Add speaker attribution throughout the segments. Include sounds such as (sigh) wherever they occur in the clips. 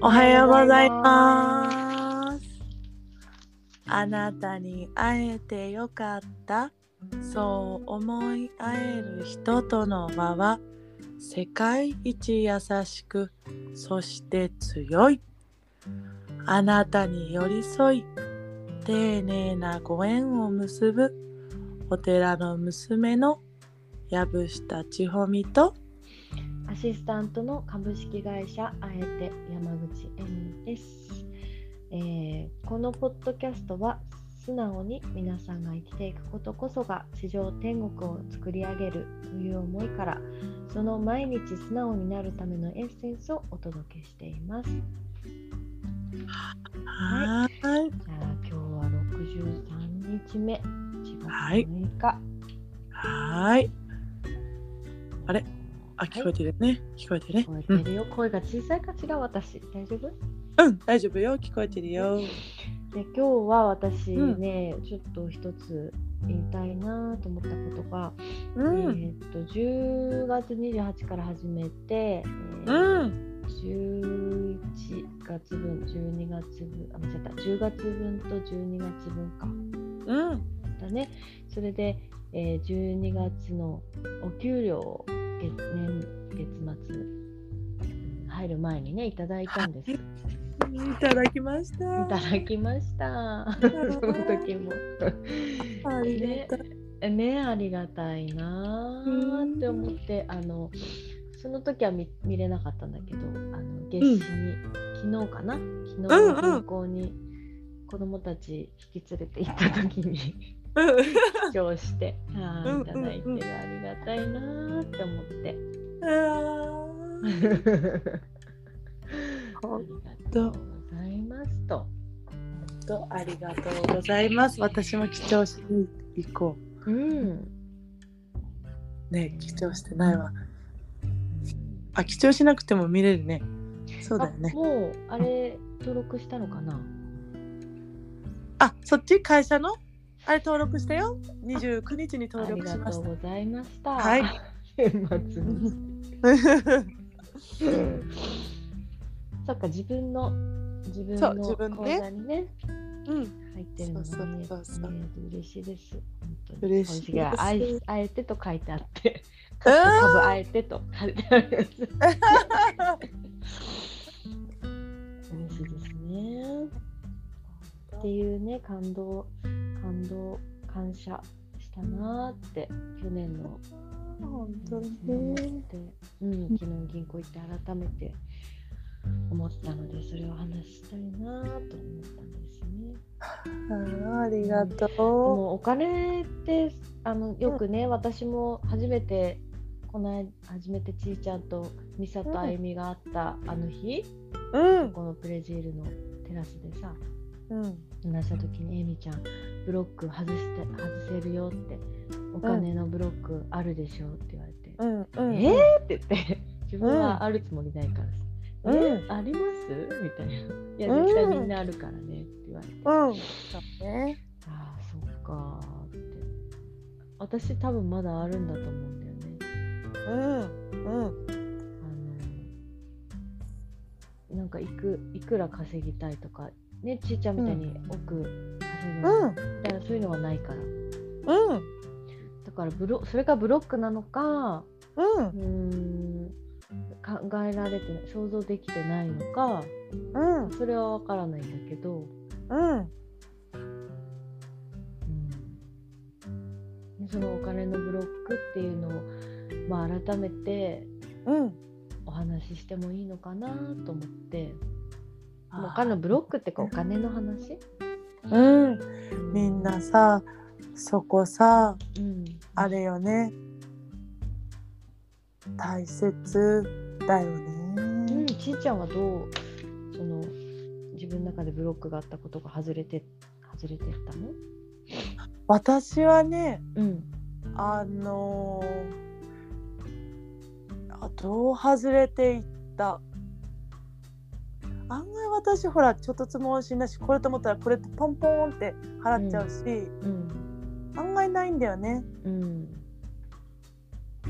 Speaker 1: おはようございます。あなたに会えてよかった。そう思い合える人との輪は世界一優しく、そして強い。あなたに寄り添い、丁寧なご縁を結ぶお寺の娘の藪下千穂美と
Speaker 2: アシスタントの株式会社あえて山口恵美です、えーこのポッドキャストは素直に皆さんが生きていくことこそが地上天国を作り上げるという思いからその毎日素直になるためのエッセンスをお届けしています。じ
Speaker 1: はーい
Speaker 2: ゃあ今日は63日目4月
Speaker 1: はい
Speaker 2: 6日、
Speaker 1: はーい。あれあ、聞こえてるね。聞こえてるね。
Speaker 2: 聞
Speaker 1: う
Speaker 2: こえ
Speaker 1: ん
Speaker 2: てるよ声が小さいか違う私大丈夫
Speaker 1: うん、大丈夫よ。聞こえてるよ。
Speaker 2: で今日は私
Speaker 1: うん
Speaker 2: ね、ちょっと一つ言いたいなと思ったことが、
Speaker 1: うん。
Speaker 2: えーっと10月28から始めて、えー
Speaker 1: うん。
Speaker 2: 11月分12月分あ間違えた10月分と12月分か
Speaker 1: うん。
Speaker 2: だねそれで、えー12月のお給料を月年月末うん入る前にねいただいたんです。い
Speaker 1: いただきました。
Speaker 2: ただき
Speaker 1: (laughs)
Speaker 2: ました。
Speaker 1: た
Speaker 2: そ
Speaker 1: だきました
Speaker 2: の時も。
Speaker 1: ありがと
Speaker 2: ねありがたいなあって思ってあのその時は見見れなかったんだけどあの月始に、昨日かな
Speaker 1: うん
Speaker 2: 昨
Speaker 1: うん
Speaker 2: 日銀行に子供たち引き連れて行った時
Speaker 1: (laughs)
Speaker 2: に
Speaker 1: う。
Speaker 2: 視聴してあ
Speaker 1: うんうんうん
Speaker 2: ーいただいてるありがたいなあって
Speaker 1: (laughs)
Speaker 2: 思って。
Speaker 1: うん。あー
Speaker 2: ありがとうございますと。
Speaker 1: とありがとうございます。私も貴重しに行こ
Speaker 2: うん。
Speaker 1: う。ね、貴重してないわ。あ、貴重しなくても見れるね。そうだよね
Speaker 2: あ。もうあれ登録したのかな。
Speaker 1: あ、そっち会社のあれ登録したよ。29日に登録
Speaker 2: あ
Speaker 1: し
Speaker 2: り
Speaker 1: ま
Speaker 2: がと
Speaker 1: し
Speaker 2: うございました。
Speaker 1: はい。
Speaker 2: 年末に。
Speaker 1: た。
Speaker 2: (laughs) そっか自分の自分
Speaker 1: そう自
Speaker 2: の
Speaker 1: 分ね
Speaker 2: 口座にね
Speaker 1: うん。
Speaker 2: 入ってるの
Speaker 1: そう
Speaker 2: が見え
Speaker 1: そうそうそう
Speaker 2: 見えて嬉しいです。本当に
Speaker 1: 嬉しいです
Speaker 2: 私があいあえてと書いてあって、
Speaker 1: う
Speaker 2: 株
Speaker 1: ん
Speaker 2: あえてと書いてある。嬉しいですね。っていうね感動感動感謝したなーって去年の
Speaker 1: 本当
Speaker 2: 昨日
Speaker 1: にね。
Speaker 2: うん、昨日銀行行って改めて思ったのでそれを話したいなぁと思ったんですね。
Speaker 1: ありがと
Speaker 2: で
Speaker 1: う。
Speaker 2: もお金ってあのよくね、私も初めてこの間初めてちいちゃんとミサとあゆみがあったあの日、
Speaker 1: うん。
Speaker 2: このプレジールのテラスでさ
Speaker 1: うん。
Speaker 2: 話した時にえみちゃんブロック外して外せるよってお金のブロックあるでしょって言われて、
Speaker 1: うん。うん。
Speaker 2: えーって言って (laughs) 自分はあるつもりないからさ、
Speaker 1: うん
Speaker 2: えーありますみたいな「いや
Speaker 1: うん
Speaker 2: 絶対みんなあるからね」って言われて、あ
Speaker 1: うん。そうね。
Speaker 2: あそっかーって私多分まだあるんだと思うんだよね
Speaker 1: うん。うん。
Speaker 2: あのなんかいくいくら稼ぎたいとかねちいちゃんみたいに億稼ぐ
Speaker 1: う
Speaker 2: の
Speaker 1: ん。
Speaker 2: みたいなそういうのはないから
Speaker 1: うん。
Speaker 2: だからブロそれがブロックなのか
Speaker 1: う。
Speaker 2: うんーん考えられてない想像できてないのか
Speaker 1: うん。
Speaker 2: それは分からないんだけど、
Speaker 1: うん。
Speaker 2: そのお金のブロックっていうのを、まあ、改めて
Speaker 1: うん。
Speaker 2: お話ししてもいいのかなと思ってお
Speaker 1: わ
Speaker 2: 金のブロックってかお金の話
Speaker 1: うん。みんな、さ。そこさ。
Speaker 2: うん、
Speaker 1: あれよね。大切。だよ
Speaker 2: う
Speaker 1: ね
Speaker 2: ん、。ちいちゃんはどうその自分の中でブロックがあったことが外れて外れてったの、
Speaker 1: 私はね。
Speaker 2: うん
Speaker 1: あのーあどう外れていった案外私ほらちょっとつもしなしこれと思ったらこれってポンポンって払っちゃうし、
Speaker 2: うん
Speaker 1: 案外ないんだよね
Speaker 2: うん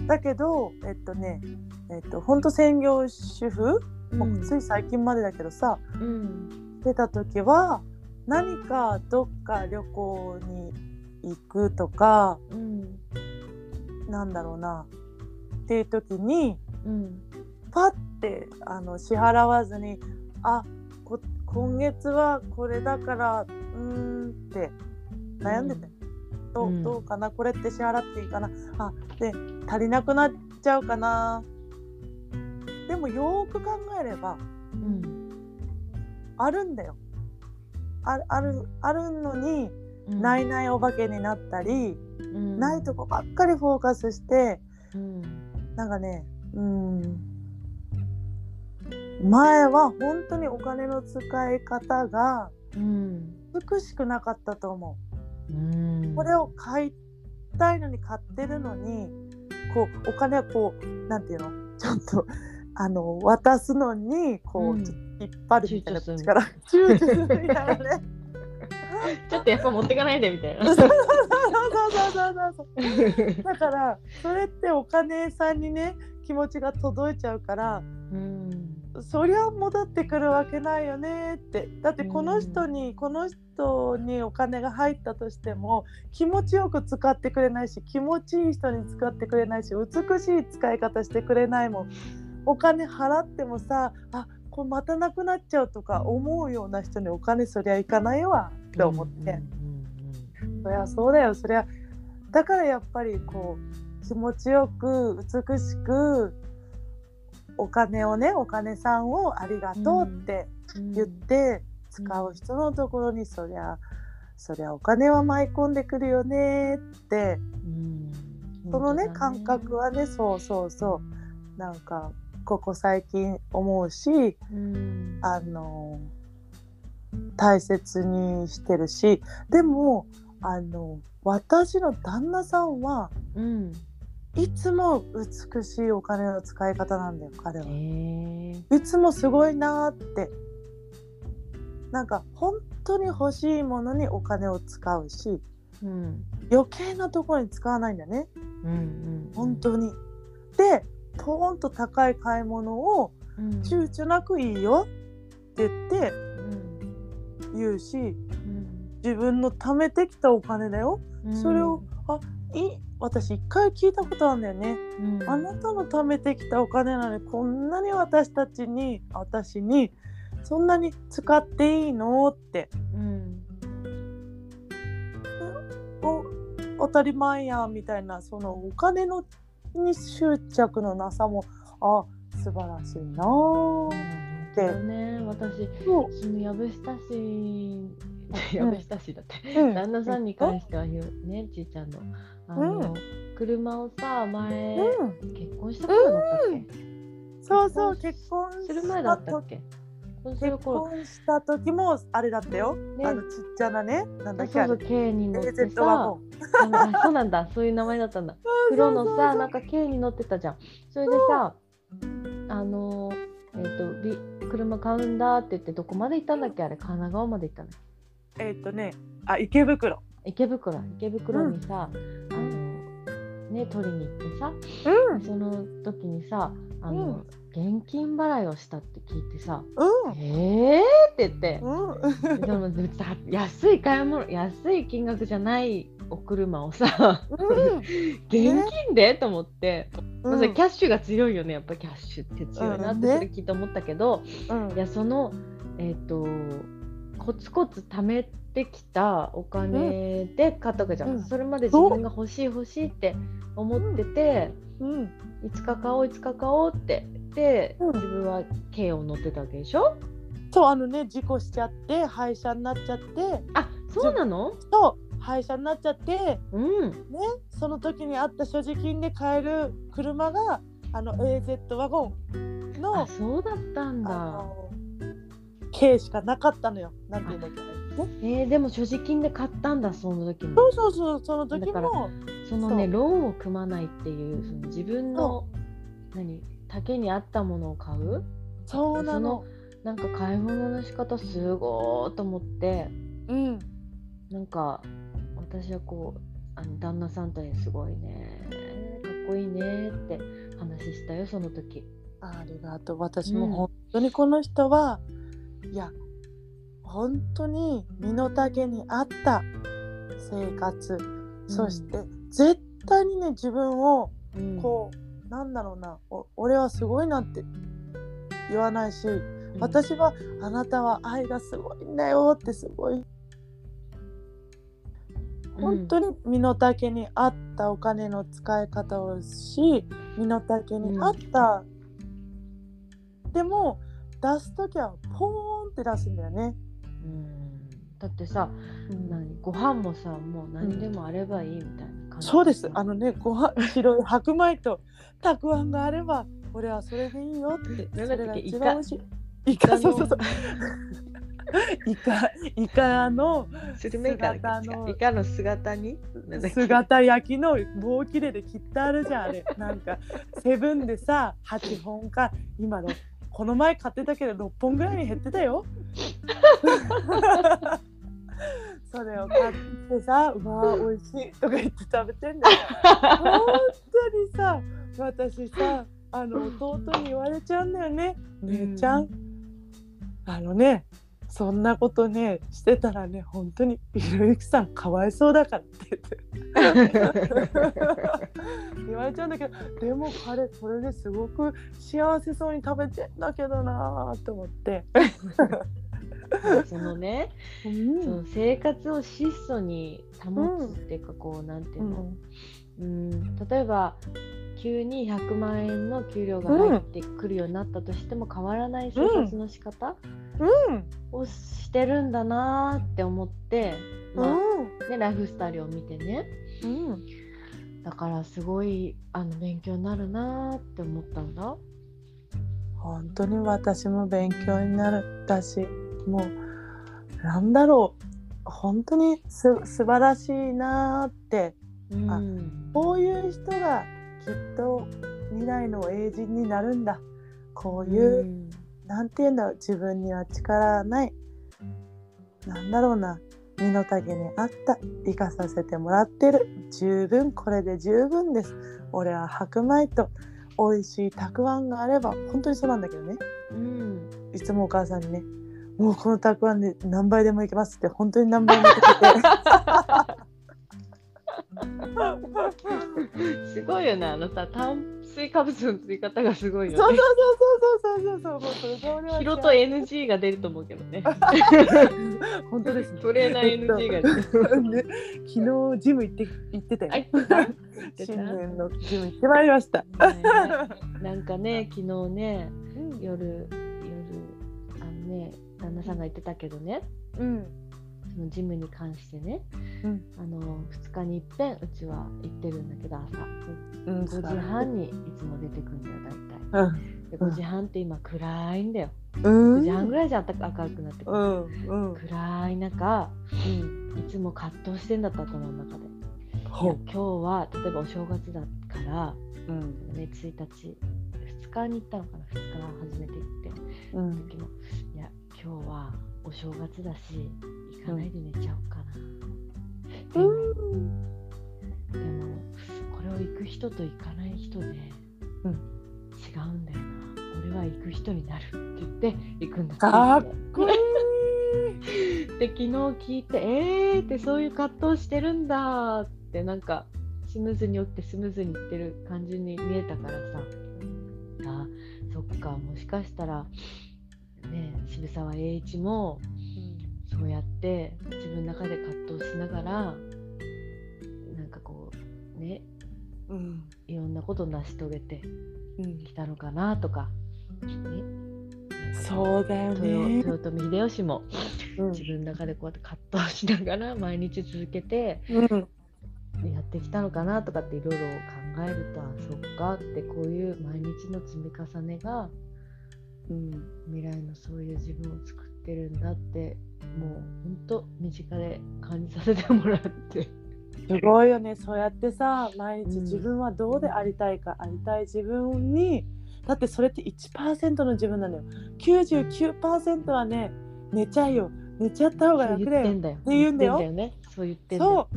Speaker 1: だけどえっとねえっとほんと専業主婦
Speaker 2: うん
Speaker 1: つい最近までだけどさ
Speaker 2: うん
Speaker 1: 出た時は何かどっか旅行に行くとか
Speaker 2: うん
Speaker 1: なんだろうなっていう時に
Speaker 2: うん
Speaker 1: パッてあの支払わずにあこ今月はこれだからうーんって悩んでて、ど
Speaker 2: う
Speaker 1: うんどうかなこれって支払っていいかなあで足りなくなっちゃうかなでもよーく考えれば
Speaker 2: うん
Speaker 1: あるんだよああるあるのに
Speaker 2: うん
Speaker 1: ないないお化けになったり、
Speaker 2: うん
Speaker 1: ないとこばっかりフォーカスして
Speaker 2: うん
Speaker 1: なんかねうん前は本当にお金の使い方が
Speaker 2: うん
Speaker 1: 美しくなかったと思
Speaker 2: うん
Speaker 1: う。これを買いたいのに買ってるのにこうお金をこうなんていうのちょっとあの渡すのにこう、
Speaker 2: うん
Speaker 1: ちょっと引っ張るみたいな
Speaker 2: 躊躇する
Speaker 1: 力躊躇するみたいなね。
Speaker 2: ちょっとやっぱ持ってかないでみたい
Speaker 1: そう
Speaker 2: な
Speaker 1: そうそうそうそうそうそう。だからそれってお金さんにね気持ちが届いちゃうから
Speaker 2: うん
Speaker 1: そりゃ戻ってくるわけないよねってだってこの人に、この人にお金が入ったとしても気持ちよく使ってくれないし気持ちいい人に使ってくれないし美しい使い方してくれないもんお金払ってもさあこれまたなくなっちゃうとか思うような人にお金そりゃいかないわって思って。
Speaker 2: うん
Speaker 1: そりゃそうだよそりゃだからやっぱりこう気持ちよく美しくお金をねお金さんをありがとうって
Speaker 2: うん
Speaker 1: 言って使う人のところにそりゃそりゃお金は舞い込んでくるよねって
Speaker 2: うん
Speaker 1: そのね
Speaker 2: 本当だ
Speaker 1: 感覚はねそうそうそうなんかここ最近思うし
Speaker 2: うん
Speaker 1: あの大切にしてるしでもあの私の旦那さんは
Speaker 2: うん
Speaker 1: いつも美しいお金の使い方なんだよ彼は。
Speaker 2: へえ
Speaker 1: いつもすごいなーってなんか本当に欲しいものにお金を使うし
Speaker 2: うん
Speaker 1: 余計なところに使わないんだね
Speaker 2: うんうん
Speaker 1: 本当に。でポーンと高い買い物を
Speaker 2: うん
Speaker 1: 躊躇なくいいよって言って
Speaker 2: うん
Speaker 1: 言うし
Speaker 2: うん
Speaker 1: 自分の貯めてきたお金だよ
Speaker 2: うん
Speaker 1: それをあいい私一回聞いたことあるんだよね
Speaker 2: うん
Speaker 1: あなたの貯めてきたお金なのにこんなに私たちに私にそんなに使っていいのって
Speaker 2: うん
Speaker 1: お当たり前やみたいなそのお金のに執着のなさもあ素晴らしいなぁ
Speaker 2: 本当だね私
Speaker 1: そ
Speaker 2: そのやぶしたしやぶしたしだって
Speaker 1: う、うん
Speaker 2: 旦那さんに関しては言うねちいちゃんのあの、
Speaker 1: うん
Speaker 2: 車をさ前、
Speaker 1: う
Speaker 2: 結婚した頃だったっけ、
Speaker 1: ん、そうそう結婚
Speaker 2: する前だったっけそうする
Speaker 1: 結
Speaker 2: 頃
Speaker 1: 婚した時もあれだったよ、
Speaker 2: ね
Speaker 1: あのちっちゃなねなんだ
Speaker 2: あ
Speaker 1: っけ
Speaker 2: そう
Speaker 1: あ
Speaker 2: そ
Speaker 1: れ
Speaker 2: う軽に乗っ
Speaker 1: AZ
Speaker 2: て
Speaker 1: ワ
Speaker 2: さ
Speaker 1: ゴン
Speaker 2: あのあそうなんだそういう名前だっ
Speaker 1: (laughs)
Speaker 2: たんだ黒のさなんか軽に乗ってたじゃんそれでさあのえっ、とび車買うんだって言ってどこまで行ったんだっけあれ神奈川まで行ったの
Speaker 1: えっ、とねあ池袋
Speaker 2: 池袋池袋にさ、あのね取りに行ってさ
Speaker 1: うん
Speaker 2: その時にさあの、現金払いをしたって聞いてさ「えー!」って言って
Speaker 1: うんうん
Speaker 2: でもだ安い買い物安い金額じゃないお車をさ現金で、と思って、まあそれキャッシュが強いよねやっぱキャッシュって強いなっ
Speaker 1: うん
Speaker 2: て
Speaker 1: ね
Speaker 2: それ聞いて思ったけど、
Speaker 1: うん
Speaker 2: いやそのえっ、とコツコツ貯めてきたお金で買ったわけじゃん、
Speaker 1: うん
Speaker 2: それまで自分が欲しい欲しいって思ってて、
Speaker 1: うん
Speaker 2: いつか買おういつか買おうってで、
Speaker 1: うん
Speaker 2: 自分は軽を乗ってたわけでしょ
Speaker 1: そうあのね事故しちゃって廃車になっちゃって
Speaker 2: あそうなの
Speaker 1: そう廃車になっちゃって
Speaker 2: うん
Speaker 1: その時にあった所持金で買える車があの AZ ワゴンの
Speaker 2: あそうだったん
Speaker 1: あ
Speaker 2: だ。
Speaker 1: の軽しかなかったのよなんていうんだっけね
Speaker 2: えー、でも所持金で買ったんだその時に
Speaker 1: そうそうそうその時
Speaker 2: だか
Speaker 1: も
Speaker 2: そのね
Speaker 1: そう
Speaker 2: ローンを組まないっていうその自分の何丈に合ったものを買う
Speaker 1: そうなの
Speaker 2: なんか買い物の仕方すごーと思って
Speaker 1: うん
Speaker 2: なんか私はこうあの旦那さんとにすごいねかっこいいねって話したよその時
Speaker 1: ありがとう私も本当にこの人はいや本当に身の丈に合った生活、そして絶対にね自分を
Speaker 2: うん
Speaker 1: こうなんだろうなお俺はすごいなって言わないし
Speaker 2: うん
Speaker 1: 私はあなたは愛がすごいんだよってすごい本当に身の丈に合ったお金の使い方をし身の丈に合った、でも出す時はポーンって出すんだよね。
Speaker 2: うんだってさ何ご飯もさもう何でもあればいいみたいな感じ、
Speaker 1: そうですあのねご飯白い白米とたくあんがあれば俺はそれでいいよって
Speaker 2: なん
Speaker 1: それ
Speaker 2: だったっ
Speaker 1: が
Speaker 2: け
Speaker 1: 一番美味しいイカ
Speaker 2: イカの
Speaker 1: そうそうそうイカイカの
Speaker 2: スルメイカだっけ
Speaker 1: 姿の
Speaker 2: イカの姿になんだっけ
Speaker 1: 姿焼きの棒切れで切ってあるじゃんあれなんかセブンでさ8本か今のこの前買ってたけど6本ぐらいに減ってたよそれを買ってさ「うわあ美味しい」とか言って食べてんだよ本当にさ私さあの弟に言われちゃうんだよね姉ちゃん、あのねそんなことねしてたらね本当にひろゆきさんかわいそうだからって言って (laughs) 言われちゃうんだけどでも彼それですごく幸せそうに食べてんだけどなーと思って、
Speaker 2: (laughs) そのね、
Speaker 1: う
Speaker 2: そ
Speaker 1: ん
Speaker 2: の生活を質素に保つっていうか、こうなんていううの、
Speaker 1: ん
Speaker 2: うん例えば急に100万円の給料が入ってくるようになったとしても変わらない生活の仕方
Speaker 1: うん
Speaker 2: をしてるんだなーって思って、
Speaker 1: う
Speaker 2: ま
Speaker 1: ん
Speaker 2: あね、ライフスタイルを見てね
Speaker 1: うん
Speaker 2: だからすごいあの勉強になるなーって思ったんだ。
Speaker 1: 本当に私も勉強になるだしもうなんだろう本当にす素晴らしいなーって
Speaker 2: うん
Speaker 1: あこういう人がきっと未来の英人になるんだこういう、
Speaker 2: ん
Speaker 1: なんて言うんだろう自分には力はないなんだろうな身の丈に合った生かさせてもらってる十分これで十分です俺は白米と美味しいたくあんがあれば本当にそうなんだけどね
Speaker 2: うん
Speaker 1: いつもお母さんにねもうこのたくあんで何倍でもいけますって本当に何倍もいけて (laughs)
Speaker 2: すごいよね、あのさ、炭水化物の取り方がすご
Speaker 1: て
Speaker 2: い
Speaker 1: そう
Speaker 2: よ
Speaker 1: そう
Speaker 2: ね。
Speaker 1: そうそうそうそうそうもうそれそれは
Speaker 2: ヒロと NG が出ると思うけどね。
Speaker 1: 本当 (laughs) ですね
Speaker 2: トレーナー NG が出る。
Speaker 1: ね昨日ジム行って行ってたよ
Speaker 2: あ。行ってた行ってた
Speaker 1: 新年のジム行ってまいりました。
Speaker 2: なんかね、昨日ね、夜、夜、あのね、旦那さんが言ってたけどね、
Speaker 1: うん。
Speaker 2: そのジムに関してね、
Speaker 1: うん
Speaker 2: あの2日にいっぺんうちは行ってるんだけど、朝。
Speaker 1: うん。
Speaker 2: 5時半にいつも出てくんだよ、大
Speaker 1: うん。
Speaker 2: 体。で5時半って今暗いんだよ。
Speaker 1: うん。
Speaker 2: 9時半ぐらいじゃん、明るくなってくる。
Speaker 1: うん。うん。
Speaker 2: 暗い中、いつも葛藤してんだった頭の中で
Speaker 1: ほう。
Speaker 2: 今日は例えばお正月だから、
Speaker 1: うん。
Speaker 2: ね、1日2日に行ったのかな2日は初めて行って
Speaker 1: うん。
Speaker 2: 時もいや今日はお正月だし行かないで寝ちゃおうかな、でもこれを行く人と行かない人で、
Speaker 1: うん
Speaker 2: 違うんだよな俺は行く人になるって言って行くんだって
Speaker 1: かっこいい。
Speaker 2: で昨日聞いてえーってそういう葛藤してるんだってなんかスムーズに起きてスムーズにいってる感じに見えたからさあそっかもしかしたらねえ渋沢栄一もそうやって自分の中で葛藤しながらなんかこうね
Speaker 1: うん。
Speaker 2: いろんなことを成し遂げて
Speaker 1: うん。
Speaker 2: きたのかなとか、ね、
Speaker 1: そうだよ
Speaker 2: 豊
Speaker 1: ね。
Speaker 2: 豊臣秀吉も
Speaker 1: うん
Speaker 2: 自。分の中でこうやって葛藤しながら毎日続けて
Speaker 1: うん。
Speaker 2: やってきたのかなとかっていろいろ考えるとあそっかってこういう毎日の積み重ねが
Speaker 1: うん。
Speaker 2: 未来のそういう自分を作ってるんだってもうほんと身近で感じさせてもらって。
Speaker 1: すごいよねそうやってさ毎日自分はどうでありたいか、ありたい自分にだってそれって1%の自分なのよ99%はね寝ちゃえよ寝ちゃった方が
Speaker 2: そう
Speaker 1: 楽
Speaker 2: 言
Speaker 1: だよ
Speaker 2: ってんだよ。
Speaker 1: 言うんだよ
Speaker 2: 言ってんだよね。そう言ってんだよ。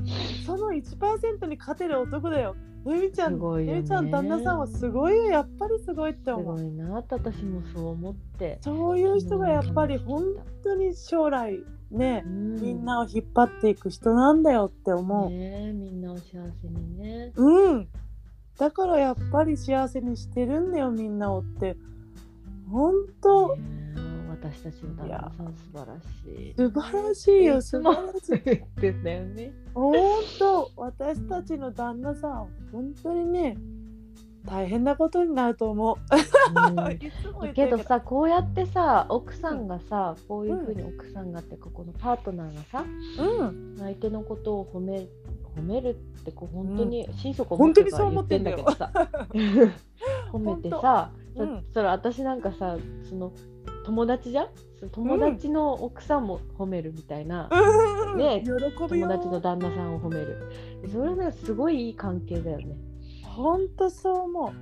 Speaker 1: そうその1%に勝てる男だよゆみちゃん、
Speaker 2: すごいよね
Speaker 1: ゆみちゃん旦那さんはすごいよやっぱりすごいって
Speaker 2: す
Speaker 1: 思
Speaker 2: ご
Speaker 1: う
Speaker 2: いなって私もそう思って。
Speaker 1: そういう人がやっぱり本当に将来ね
Speaker 2: う
Speaker 1: みんなを引っ張っていく人なんだよって思う、
Speaker 2: ねえみんなお幸せにね。
Speaker 1: うんだからやっぱり幸せにしてるんだよみんなをって本当
Speaker 2: ねえ私たちの旦那さん素晴らしい。
Speaker 1: 素晴らしいよ素晴らしい
Speaker 2: い。言ってんだよね。
Speaker 1: 本当私たちの旦那さん本当にね大変なことになると思う。
Speaker 2: うん
Speaker 1: いつも言 (laughs)
Speaker 2: だ
Speaker 1: っ
Speaker 2: け
Speaker 1: てる
Speaker 2: どさこうやってさ奥さんがさこういうふうに奥さんがってかこのパートナーがさ
Speaker 1: うん、
Speaker 2: 相手のことを褒め褒めるってこう本当に心底
Speaker 1: 本当にそう
Speaker 2: 言
Speaker 1: 思
Speaker 2: っ
Speaker 1: って
Speaker 2: て
Speaker 1: ん
Speaker 2: ん
Speaker 1: だ
Speaker 2: だ
Speaker 1: よ
Speaker 2: けどさ (laughs) 褒めてさ、
Speaker 1: 当う
Speaker 2: だ
Speaker 1: ん
Speaker 2: それ私なんかさその友達じゃんその友達の奥さんも褒めるみたいな、
Speaker 1: うん、
Speaker 2: ねえ
Speaker 1: 喜ぶよ
Speaker 2: 友達の旦那さんを褒めるそれなんかすごいいい関係だよね。
Speaker 1: 本当そう思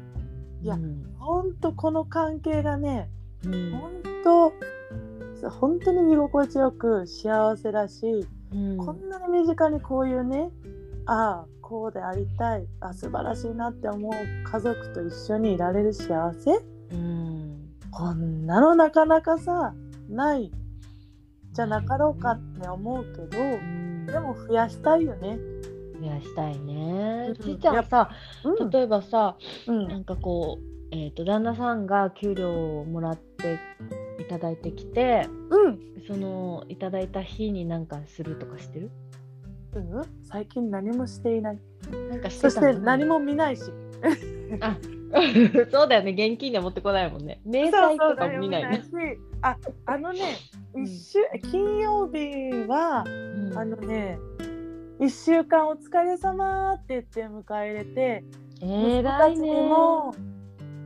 Speaker 1: いや
Speaker 2: うん
Speaker 1: う本当この関係がね
Speaker 2: うん
Speaker 1: 本当本当に居心地よく幸せだし、
Speaker 2: うん
Speaker 1: こんなに身近にこういうねああこうでありたいあ素晴らしいなって思う家族と一緒にいられる幸せ
Speaker 2: うん
Speaker 1: こんなのなかなかさないじゃなかろうかって思うけど
Speaker 2: うん
Speaker 1: でも増やしたいよね。
Speaker 2: 増やしたいね。
Speaker 1: うん
Speaker 2: ちいちゃんさ、
Speaker 1: うん
Speaker 2: 例えばさ、
Speaker 1: うん
Speaker 2: なんかこう、えっ、と旦那さんが給料をもらっていただいてきて、
Speaker 1: うん
Speaker 2: そのいただいた日になんかするとかしてる？
Speaker 1: うん、最近何もしていない
Speaker 2: なんかして
Speaker 1: そ
Speaker 2: た
Speaker 1: して何。も見ないし
Speaker 2: あ、 (laughs) そうだよね。現金で持ってこないもんね。明細とかも見ない
Speaker 1: そ
Speaker 2: ね。
Speaker 1: うそう何も見ないしああのね
Speaker 2: うん
Speaker 1: 一週金曜日は
Speaker 2: うん
Speaker 1: あのね1週間お疲れ様って言って迎え入れて
Speaker 2: え
Speaker 1: 息子
Speaker 2: ら
Speaker 1: た
Speaker 2: い
Speaker 1: ち
Speaker 2: ね
Speaker 1: に。も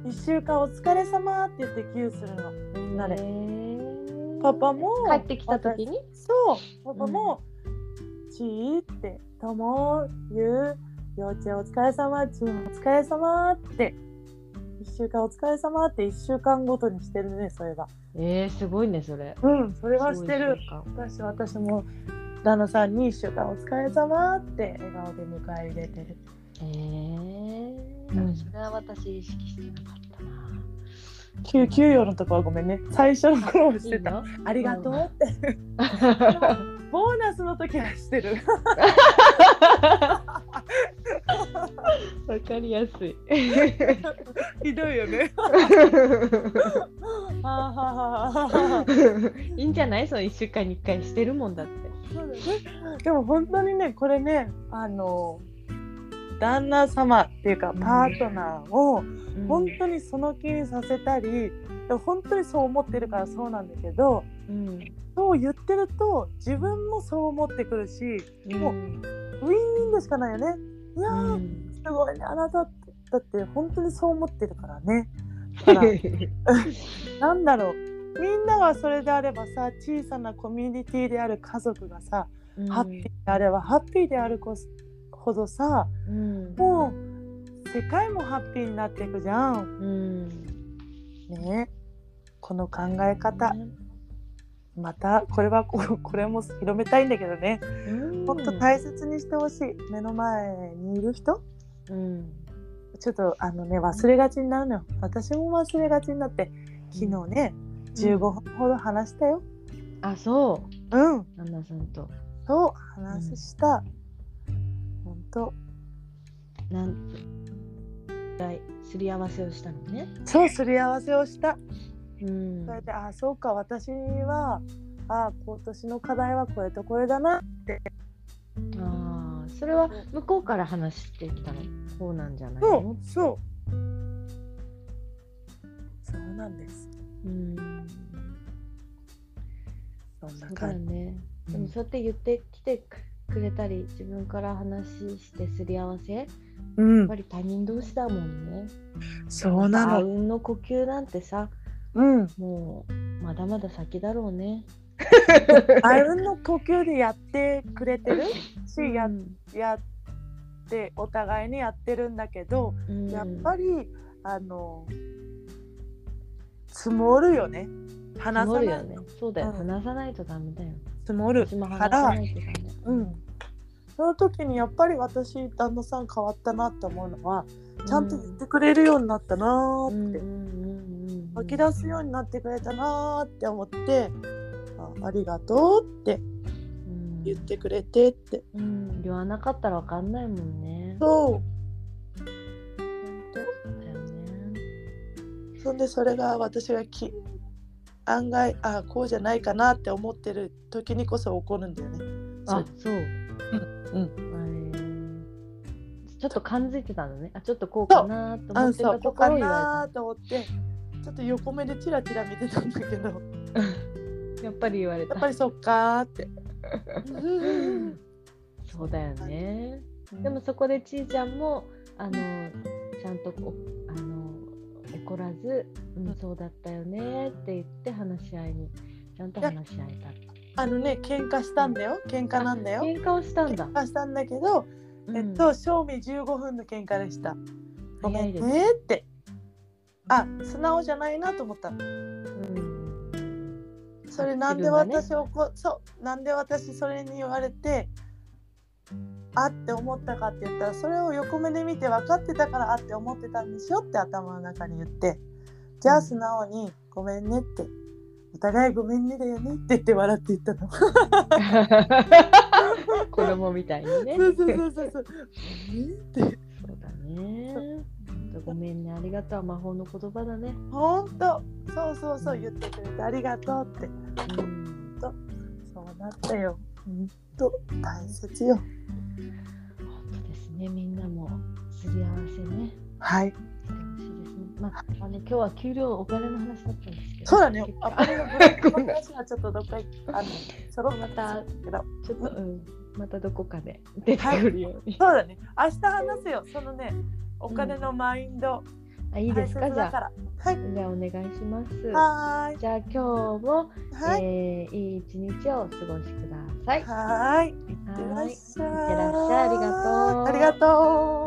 Speaker 1: 1週間お疲れ様って言ってギューするのみんなで
Speaker 2: え。ー
Speaker 1: パパも
Speaker 2: 帰ってきた時に。
Speaker 1: そう、パパも、ちーって、ともゆう、幼稚園お疲れ様、チームお疲れ様って、一週間お疲れ様って一週間ごとにしてるね、それが。
Speaker 2: えー、すごいねそれ。
Speaker 1: うん、それはして
Speaker 2: すごい
Speaker 1: る。
Speaker 2: 習慣
Speaker 1: 私、私も旦那さんに一週間お疲れ様って笑顔で迎え入れてる。
Speaker 2: えー
Speaker 1: うん
Speaker 2: それは私意識してなかったな。
Speaker 1: 給給与のとこはごめんね、最初の頃はして
Speaker 2: いい
Speaker 1: た。
Speaker 2: の
Speaker 1: ありがとうって、ボーナスの時はしてる。 (laughs)
Speaker 2: わかりやすい。
Speaker 1: ひどいよね。はあはあはあはあ
Speaker 2: いいんじゃないその1週間に1回してるもんだって。
Speaker 1: そうだね。でも本当にね、これね、あの。旦那様っていうか、
Speaker 2: うん
Speaker 1: パートナーを本
Speaker 2: う
Speaker 1: 当にその気にさせたり。でも本当にそう思ってるから、そうなんだけど。
Speaker 2: ん
Speaker 1: そう言ってると、自分もそう思ってくるし、
Speaker 2: うん
Speaker 1: もうウィンウィンでしかないよね。いや
Speaker 2: う
Speaker 1: ー、
Speaker 2: ん
Speaker 1: すごいね、あなたって、だって本当にそう思ってるからね。だ
Speaker 2: (laughs)
Speaker 1: からなんだろう。みんながそれであればさ小さなコミュニティである家族がさ、ハッピーであればハッピーであるこそほどさ
Speaker 2: うん
Speaker 1: もう世界もハッピーになっていくじゃん。
Speaker 2: うん
Speaker 1: ねこの考え方またこれはここれも広めたいんだけどね
Speaker 2: うん
Speaker 1: もっと大切にしてほしい目の前にいる人
Speaker 2: うん
Speaker 1: ちょっとあのね忘れがちになるのよ私も忘れがちになって昨日ね15分ほど話したよ。
Speaker 2: あそう
Speaker 1: うん
Speaker 2: 旦那さんと
Speaker 1: と話した、本当
Speaker 2: なん来すり合わせをしたのね。
Speaker 1: そうすり合わせをした
Speaker 2: うん
Speaker 1: それであそうか私はあ今年の課題はこれとこれだな
Speaker 2: ああ、それは向こうから話してきたの。こうなんじゃない
Speaker 1: そ
Speaker 2: の
Speaker 1: う。そうそうなんです
Speaker 2: うん。
Speaker 1: そんな
Speaker 2: だから
Speaker 1: 感
Speaker 2: ね。
Speaker 1: じ
Speaker 2: でもそうやって言ってきてくれたり、自分から話してすり合わせ、や
Speaker 1: うん、う
Speaker 2: っぱ
Speaker 1: ん、
Speaker 2: り他人同士だもんね。
Speaker 1: そうな
Speaker 2: あ
Speaker 1: の
Speaker 2: うんの呼吸なんてさ、
Speaker 1: うん
Speaker 2: もうまだまだ先だろ
Speaker 1: (laughs)
Speaker 2: うね。
Speaker 1: あうんの呼吸でやってくれてるし
Speaker 2: うん
Speaker 1: ややってお互いにやってるんだけど
Speaker 2: うん
Speaker 1: やっぱりあの積もるよね話
Speaker 2: 積も
Speaker 1: さ
Speaker 2: る
Speaker 1: な
Speaker 2: よ
Speaker 1: い
Speaker 2: ね。そうだよ。
Speaker 1: うん
Speaker 2: 話さないとダメだよ。
Speaker 1: 積もる
Speaker 2: 私も
Speaker 1: か
Speaker 2: 話さ
Speaker 1: ら
Speaker 2: ないとダメ。
Speaker 1: うんその時にやっぱり私旦那さん変わったなって思うのはちゃんと言ってくれるようになったなーって、
Speaker 2: 湧
Speaker 1: 吐き出すようになってくれたなーって思ってあありがとうって言ってくれてって
Speaker 2: うん、言わなかったらわかんないもんね。
Speaker 1: そう
Speaker 2: だよね。
Speaker 1: そんでそれが私がき案外あこうじゃないかなって思ってる時にこそ起こるんだよね。そ
Speaker 2: あ
Speaker 1: う、
Speaker 2: そう。
Speaker 1: う
Speaker 2: うん。ちょっと感づいてたのね。あ、ちょっとこうかなと思
Speaker 1: あ
Speaker 2: って
Speaker 1: そ
Speaker 2: た
Speaker 1: うことう
Speaker 2: ころ
Speaker 1: か
Speaker 2: を言わ
Speaker 1: なーと思ってちょっと横目でチラチラ見てたんだけど (laughs) や
Speaker 2: れた。やっぱり言われた
Speaker 1: っ。ぱりそっかーって。
Speaker 2: そうだよね。でもそこでちーちゃんもあのちゃんとこうあの怒らず、うん、そうだったよねって言って話し合いにちゃんと話し合えたって。
Speaker 1: (laughs) あのね喧嘩したんだよ喧嘩なんだよ。
Speaker 2: 喧嘩をしたんだ
Speaker 1: 喧。嘩したんだけど、えっ
Speaker 2: う
Speaker 1: と
Speaker 2: ん、
Speaker 1: 賞味15分の喧嘩でした。ご
Speaker 2: 早
Speaker 1: め
Speaker 2: い
Speaker 1: ん
Speaker 2: で
Speaker 1: ね
Speaker 2: す。
Speaker 1: ーって。あ素直じゃないなと思ったの
Speaker 2: うん
Speaker 1: それなんで私をこ、そうなんで私それに言われてあって思ったかって言ったらそれを横目で見て分かってたからあって思ってたんでしょって頭の中に言ってじゃあ素直に「ごめんね」って「お互いごめんねだよね」って言って笑って言ったの。そ (laughs)
Speaker 2: 子供みたいにね。
Speaker 1: うそうそうそうそう。えーって
Speaker 2: そうだね。ごめんね、ありがとうは魔法の言葉だね。
Speaker 1: ほんとそうそうそう言ってくれてありがとうって
Speaker 2: うん、
Speaker 1: そうなったよ。ほんと大切よ。
Speaker 2: 本当ですね、みんなもすり合わせね。
Speaker 1: はい。
Speaker 2: してほしいですね。まあ、あの今日は給料お金の話だったんですけど。
Speaker 1: そうだね
Speaker 2: 結。
Speaker 1: ア
Speaker 2: 果
Speaker 1: パレ
Speaker 2: (laughs)
Speaker 1: ルのブランドの話はちょっとどっかあの揃ったたけど。
Speaker 2: ちょっと、うん、またどこかで出てくるように。
Speaker 1: そうだね。明日話すよ。そのね、お金のマインド。
Speaker 2: あ、いいですか、
Speaker 1: 大切
Speaker 2: じ
Speaker 1: だ
Speaker 2: ゃ
Speaker 1: か
Speaker 2: あ。
Speaker 1: ら。はい。
Speaker 2: じゃあ、お願いします。
Speaker 1: はーい。
Speaker 2: じゃあ、今日も、
Speaker 1: はい。
Speaker 2: えーいい一日をお過ごしください。
Speaker 1: はーい。いっ
Speaker 2: は
Speaker 1: てらっ
Speaker 2: ーい
Speaker 1: しゃい。
Speaker 2: いってらっしゃいありがとう
Speaker 1: ありがとう。